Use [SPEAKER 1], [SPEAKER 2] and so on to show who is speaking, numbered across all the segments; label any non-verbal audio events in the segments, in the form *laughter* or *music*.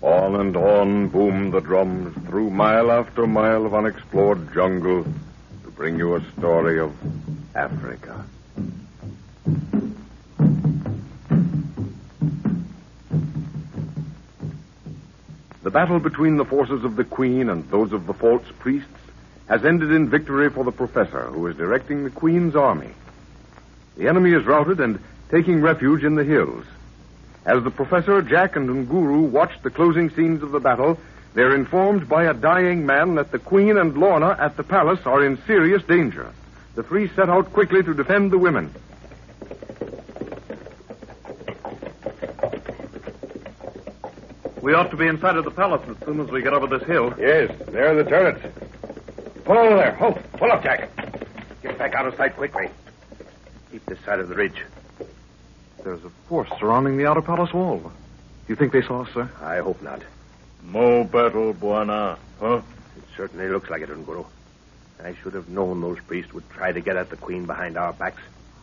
[SPEAKER 1] On and on boomed the drums through mile after mile of unexplored jungle to bring you a story of Africa. The battle between the forces of the Queen and those of the false priests has ended in victory for the professor, who is directing the Queen's army. The enemy is routed and taking refuge in the hills. As the professor, Jack, and Nguru watch the closing scenes of the battle, they're informed by a dying man that the Queen and Lorna at the palace are in serious danger. The three set out quickly to defend the women.
[SPEAKER 2] We ought to be inside of the palace as soon as we get over this hill.
[SPEAKER 3] Yes, there are the turrets. Pull over there. Ho, pull up, Jack. Get back out of sight quickly. Keep this side of the ridge.
[SPEAKER 4] There's a force surrounding the outer palace wall. Do you think they saw us, sir?
[SPEAKER 3] I hope not.
[SPEAKER 5] Mo battle, Buana, huh?
[SPEAKER 3] It certainly looks like it, Nguru. I should have known those priests would try to get at the queen behind our backs.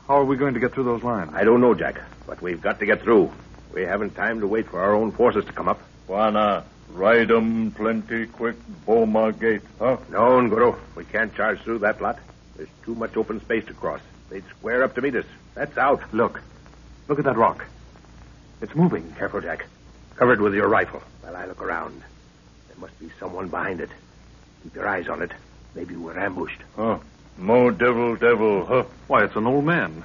[SPEAKER 4] How are we going to get through those lines?
[SPEAKER 3] I don't know, Jack, but we've got to get through. We haven't time to wait for our own forces to come up.
[SPEAKER 5] Buana, ride 'em plenty quick, Boma gate, huh?
[SPEAKER 3] No, Nguru, we can't charge through that lot. There's too much open space to cross. They'd square up to meet us. That's out.
[SPEAKER 4] Look, Look at that rock. It's moving.
[SPEAKER 3] Careful, Jack. Cover it with your rifle while I look around. There must be someone behind it. Keep your eyes on it. Maybe we're ambushed.
[SPEAKER 5] Huh. Mo devil devil, huh?
[SPEAKER 4] Why, it's an old man.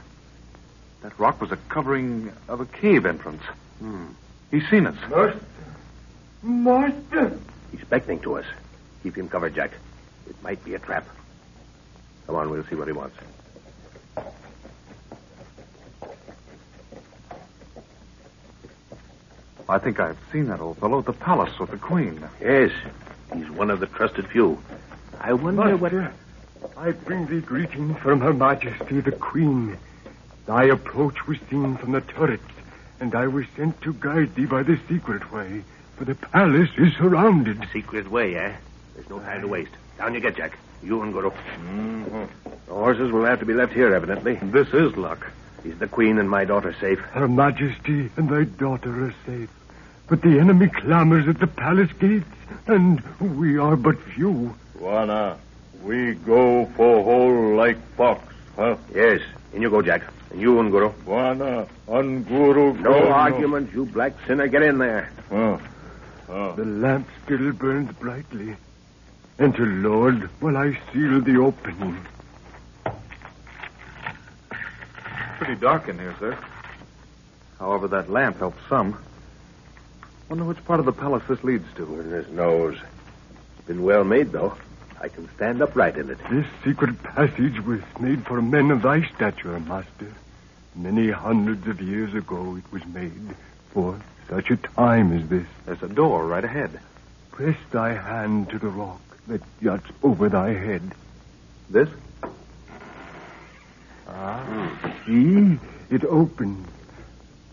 [SPEAKER 4] That rock was a covering of a cave entrance. Hmm. He's seen us.
[SPEAKER 6] Master. Master.
[SPEAKER 3] He's beckoning to us. Keep him covered, Jack. It might be a trap. Come on, we'll see what he wants.
[SPEAKER 4] I think I've seen that old fellow at the palace with the queen.
[SPEAKER 3] Yes, he's one of the trusted few. I wonder
[SPEAKER 6] Master,
[SPEAKER 3] whether.
[SPEAKER 6] I bring thee greeting from Her Majesty the Queen. Thy approach was seen from the turrets, and I was sent to guide thee by the secret way, for the palace is surrounded.
[SPEAKER 3] Secret way, eh? There's no time to waste. Down you get, Jack. You and Guru. Mm-hmm. The horses will have to be left here, evidently.
[SPEAKER 2] This is luck.
[SPEAKER 3] Is the Queen and my daughter safe?
[SPEAKER 6] Her Majesty and thy daughter are safe. But the enemy clamors at the palace gates, and we are but few.
[SPEAKER 5] Juana, we go for whole like fox, huh?
[SPEAKER 3] Yes. In you go, Jack. And you, Unguru.
[SPEAKER 5] Juana, Unguru.
[SPEAKER 3] No go, argument, no. you black sinner. Get in there.
[SPEAKER 5] Huh. Huh.
[SPEAKER 6] The lamp still burns brightly. Enter, Lord, while I seal the opening.
[SPEAKER 4] pretty dark in here, sir. However, that lamp helps some. Wonder which part of the palace this leads to.
[SPEAKER 3] Goodness knows. It's been well made, though. I can stand upright in it.
[SPEAKER 6] This secret passage was made for men of thy stature, master. Many hundreds of years ago it was made for such a time as this.
[SPEAKER 4] There's a door right ahead.
[SPEAKER 6] Press thy hand to the rock that juts over thy head.
[SPEAKER 4] This?
[SPEAKER 6] Ah. See? It opens.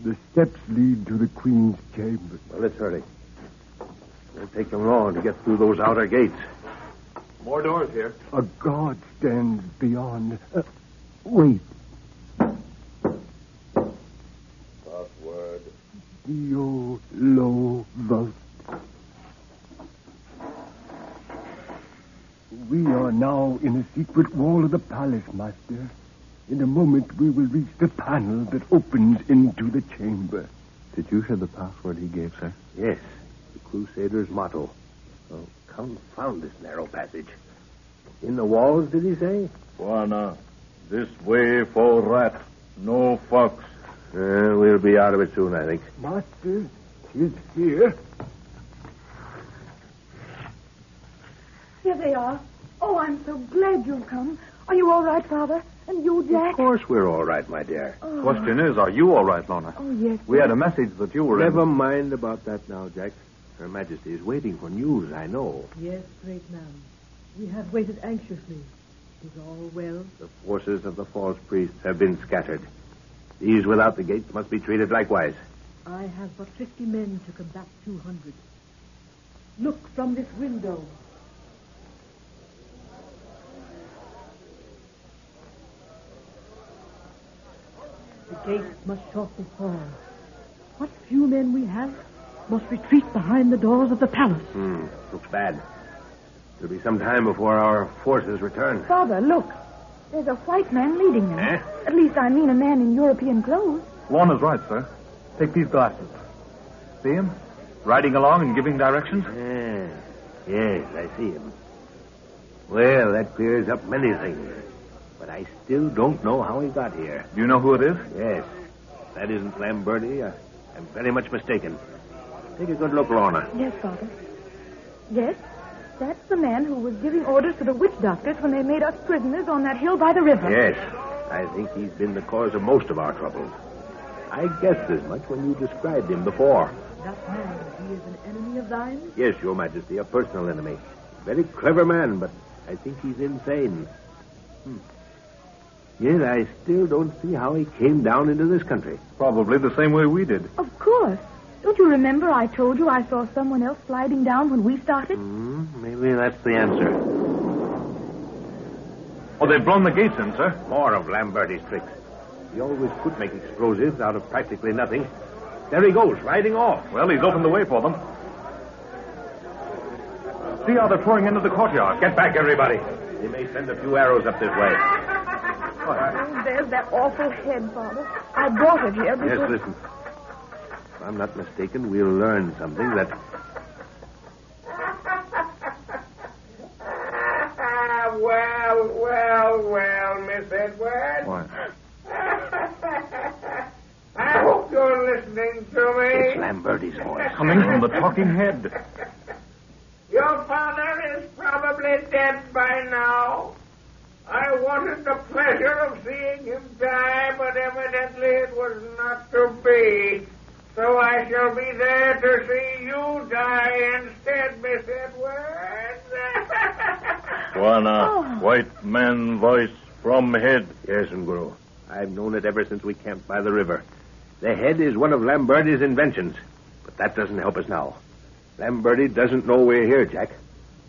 [SPEAKER 6] The steps lead to the Queen's chamber.
[SPEAKER 3] Well, it's hurry. It'll take them long to get through those outer gates.
[SPEAKER 2] More doors here.
[SPEAKER 6] A guard stands beyond. Uh, wait.
[SPEAKER 5] Password.
[SPEAKER 6] Dio lo vote. We are now in a secret wall of the palace, master. In a moment, we will reach the panel that opens into the chamber.
[SPEAKER 4] Did you hear the password he gave, sir?
[SPEAKER 3] Yes, the Crusader's motto. Oh, confound this narrow passage. In the walls, did he say?
[SPEAKER 5] Juana, this way for rat, no fox.
[SPEAKER 3] Uh, we'll be out of it soon, I think.
[SPEAKER 6] Master, he's here.
[SPEAKER 7] Here they are. Oh, I'm so glad you've come. Are you all right, Father? And you, Jack?
[SPEAKER 3] Of course we're all right, my dear.
[SPEAKER 7] Oh.
[SPEAKER 4] Question is, are you all right, Lorna?
[SPEAKER 7] Oh, yes.
[SPEAKER 4] We had a message that you were in.
[SPEAKER 3] Never mind about that now, Jack. Her Majesty is waiting for news, I know.
[SPEAKER 8] Yes, great man. We have waited anxiously. Is all well?
[SPEAKER 3] The forces of the false priests have been scattered. These without the gates must be treated likewise.
[SPEAKER 8] I have but 50 men to combat 200. Look from this window. The gates must shortly fall. What few men we have. must retreat behind the doors of the palace.
[SPEAKER 3] Hmm. Looks bad. It'll be some time before our forces return.
[SPEAKER 7] Father, look. There's a white man leading them.
[SPEAKER 3] Eh?
[SPEAKER 7] At least I mean a man in European clothes.
[SPEAKER 4] Lorna's right, sir. Take these glasses. See him? Riding along and giving directions?
[SPEAKER 3] Yeah. Yes, I see him. Well, that clears up many things. But I still don't know how he got here.
[SPEAKER 4] Do you know who it *laughs* is?
[SPEAKER 3] Yes. That isn't Lamberti. I, I'm very much mistaken. Take a good look, Lorna.
[SPEAKER 7] Yes, Father. Yes, that's the man who was giving orders to the witch doctors when they made us prisoners on that hill by the river.
[SPEAKER 3] Yes. I think he's been the cause of most of our troubles. I guessed as much when you described him before.
[SPEAKER 8] That man, he is an enemy of thine?
[SPEAKER 3] Yes, Your Majesty, a personal enemy. Very clever man, but I think he's insane. Hmm. Yet I still don't see how he came down into this country.
[SPEAKER 4] Probably the same way we did.
[SPEAKER 7] Of course. Don't you remember I told you I saw someone else sliding down when we started?
[SPEAKER 3] Hmm, maybe that's the answer.
[SPEAKER 4] Oh, they've blown the gates in, sir.
[SPEAKER 3] More of Lamberti's tricks. He always could make explosives out of practically nothing. There he goes, riding off.
[SPEAKER 4] Well, he's opened the way for them. See how they're pouring into the courtyard.
[SPEAKER 3] Get back, everybody. They may send a few arrows up this way.
[SPEAKER 7] Oh, there's that awful head, Father. I brought it here
[SPEAKER 3] Yes,
[SPEAKER 7] because...
[SPEAKER 3] listen. If I'm not mistaken, we'll learn something that.
[SPEAKER 9] Ah, well, well, well, Miss Edwards.
[SPEAKER 4] Why?
[SPEAKER 9] *laughs* I hope you're listening
[SPEAKER 3] It's
[SPEAKER 9] to me.
[SPEAKER 3] Lamberti's voice.
[SPEAKER 4] Coming from the talking head.
[SPEAKER 9] Your father is probably dead by now. I wanted the pleasure of seeing him die, but evidently it was not to be. So I shall be there to see you die instead, Miss Edwards.
[SPEAKER 5] Juana,
[SPEAKER 7] Oh.
[SPEAKER 5] white man voice from head.
[SPEAKER 3] Yes, Nguru. I've known it ever since we camped by the river. The head is one of Lamberti's inventions, but that doesn't help us now. Lamberti doesn't know we're here, Jack.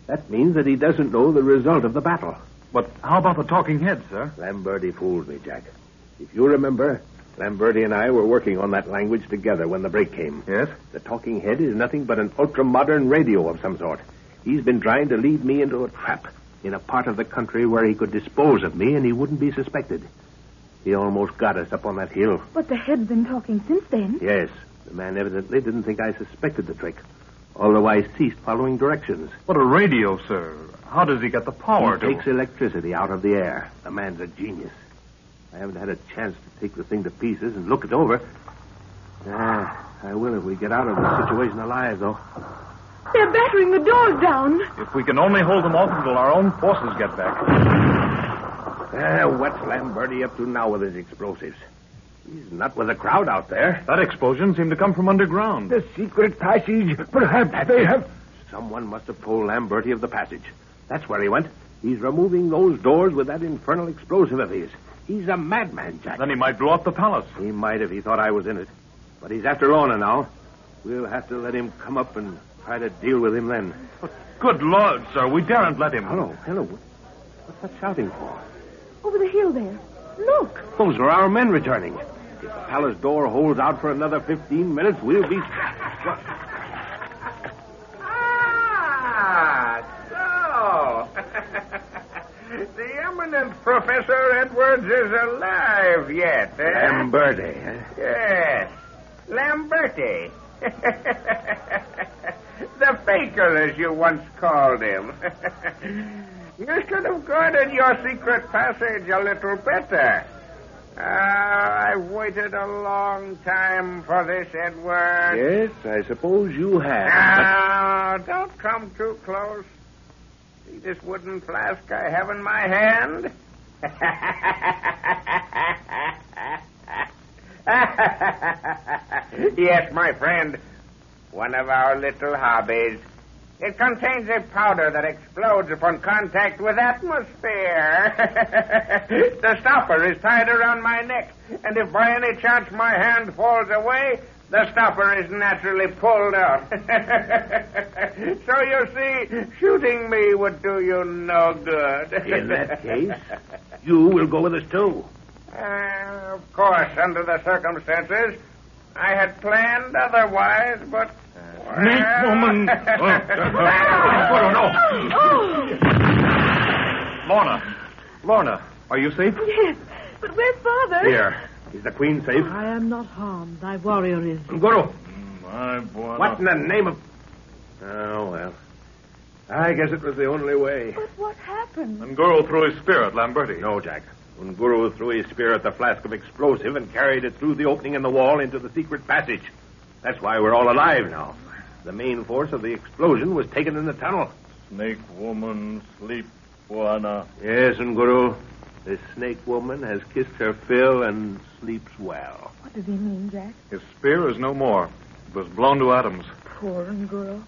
[SPEAKER 3] That means that he doesn't know the result of the battle.
[SPEAKER 4] But how about the talking head, sir?
[SPEAKER 3] Lamberti fooled me, Jack. If you remember, Lamberti and I were working on that language together when the break came.
[SPEAKER 4] Yes?
[SPEAKER 3] The talking head is nothing but an ultra modern radio of some sort. He's been trying to lead me into a trap in a part of the country where he could dispose of me and he wouldn't be suspected. He almost got us up on that hill.
[SPEAKER 7] But the head's been talking since then.
[SPEAKER 3] Yes, the man evidently didn't think I suspected the trick, although I ceased following directions.
[SPEAKER 4] What a radio, sir. How does he get the power
[SPEAKER 3] he takes
[SPEAKER 4] to.
[SPEAKER 3] electricity out of the air. The man's a genius. I haven't had a chance to take the thing to pieces and look it over. Ah, I will if we get out of this situation alive, though.
[SPEAKER 7] They're battering the doors down.
[SPEAKER 4] If we can only hold them off until our own forces get back.
[SPEAKER 3] Ah, what's Lamberti up to now with his explosives? He's not with the crowd out there.
[SPEAKER 4] That explosion seemed to come from underground.
[SPEAKER 3] The secret passage. Perhaps they have. Someone must have told Lamberti of the passage. That's where he went. He's removing those doors with that infernal explosive of his. He's a madman, Jack.
[SPEAKER 4] Then he might blow up the palace.
[SPEAKER 3] He might if he thought I was in it. But he's after Lorna now. We'll have to let him come up and try to deal with him then.
[SPEAKER 4] Good Lord, sir. We daren't let him.
[SPEAKER 3] Hello, hello. What's that shouting for?
[SPEAKER 7] Over the hill there.
[SPEAKER 3] *laughs*
[SPEAKER 7] Look.
[SPEAKER 3] Those are our men returning. If the palace door holds out for another 15 minutes, we'll be.
[SPEAKER 9] Ah, so. *laughs* the eminent Professor Edwards is alive yet. eh?
[SPEAKER 3] Lamberti, eh?
[SPEAKER 9] Yes. Lamberti. *laughs* the faker, as you once called him. *laughs* you should have guarded your secret passage a little better. Ah, I've waited a long time for this, Edward.
[SPEAKER 3] Yes, I suppose you have.
[SPEAKER 9] Now, don't come too close. See this wooden flask I have in my hand? *laughs* yes, my friend. One of our little hobbies. It contains a powder that explodes upon contact with atmosphere. *laughs* the stopper is tied around my neck, and if by any chance my hand falls away, the stopper is naturally pulled out. *laughs* so you see, shooting me would do you no good.
[SPEAKER 3] *laughs* In that case, *laughs* you will go with us too.
[SPEAKER 9] *laughs* Uh, of course, under the circumstances, I had planned otherwise, but.
[SPEAKER 4] Uh,
[SPEAKER 3] *laughs*
[SPEAKER 6] Mad woman!
[SPEAKER 3] Oh, uh,
[SPEAKER 7] Oh,
[SPEAKER 2] Lorna! Lorna, are you safe?
[SPEAKER 7] Yes, but where's Father?
[SPEAKER 3] Here. Is the queen safe?
[SPEAKER 8] I am not harmed. Thy warrior is.
[SPEAKER 3] Guru,
[SPEAKER 5] My boy.
[SPEAKER 3] what in the name of... Oh, well. I guess it was the only way.
[SPEAKER 7] But what happened?
[SPEAKER 2] Nguru threw his spear at Lamberti.
[SPEAKER 3] No, Jack. Unguru threw his spear at the flask of explosive and carried it through the opening in the wall into the secret passage. That's why we're all alive now. The main force of the explosion was taken in the tunnel.
[SPEAKER 5] Snake woman, sleep, Juana.
[SPEAKER 3] Yes, Nguru. This snake woman has kissed her fill and sleeps well.
[SPEAKER 7] What does he mean, Jack?
[SPEAKER 4] His spear is no more. It was blown to atoms.
[SPEAKER 7] Poor Nguru.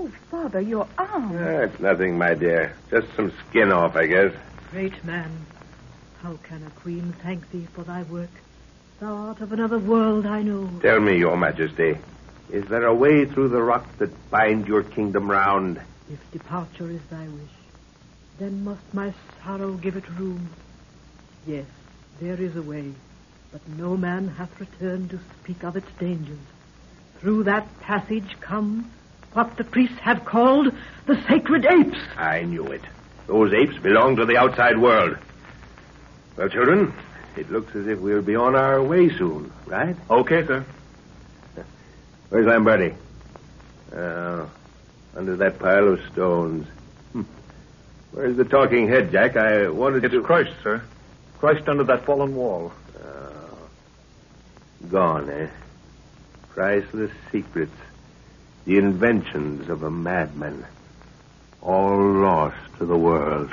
[SPEAKER 7] Oh, Father, your arm.
[SPEAKER 3] That's nothing, my dear. Just some skin off, I guess.
[SPEAKER 8] Great man, how can a queen thank thee for thy work? Thou art of another world, I know.
[SPEAKER 3] Tell me, Your Majesty, is there a way through the rock that binds your kingdom round?
[SPEAKER 8] If departure is thy wish, then must my sorrow give it room. Yes, there is a way, but no man hath returned to speak of its dangers. Through that passage come what the priests have called the sacred apes.
[SPEAKER 3] I knew it. Those apes belong to the outside world. Well, children, it looks as if we'll be on our way soon, right?
[SPEAKER 2] Okay, sir.
[SPEAKER 3] Where's Lamberti? Oh, under that pile of stones. Hmm. Where's the talking head, Jack? I wanted
[SPEAKER 2] It's
[SPEAKER 3] to.
[SPEAKER 2] Christ, sir. Christ under that fallen wall.
[SPEAKER 3] Oh. Gone, eh? Priceless secrets. The inventions of a madman. All lost to the world.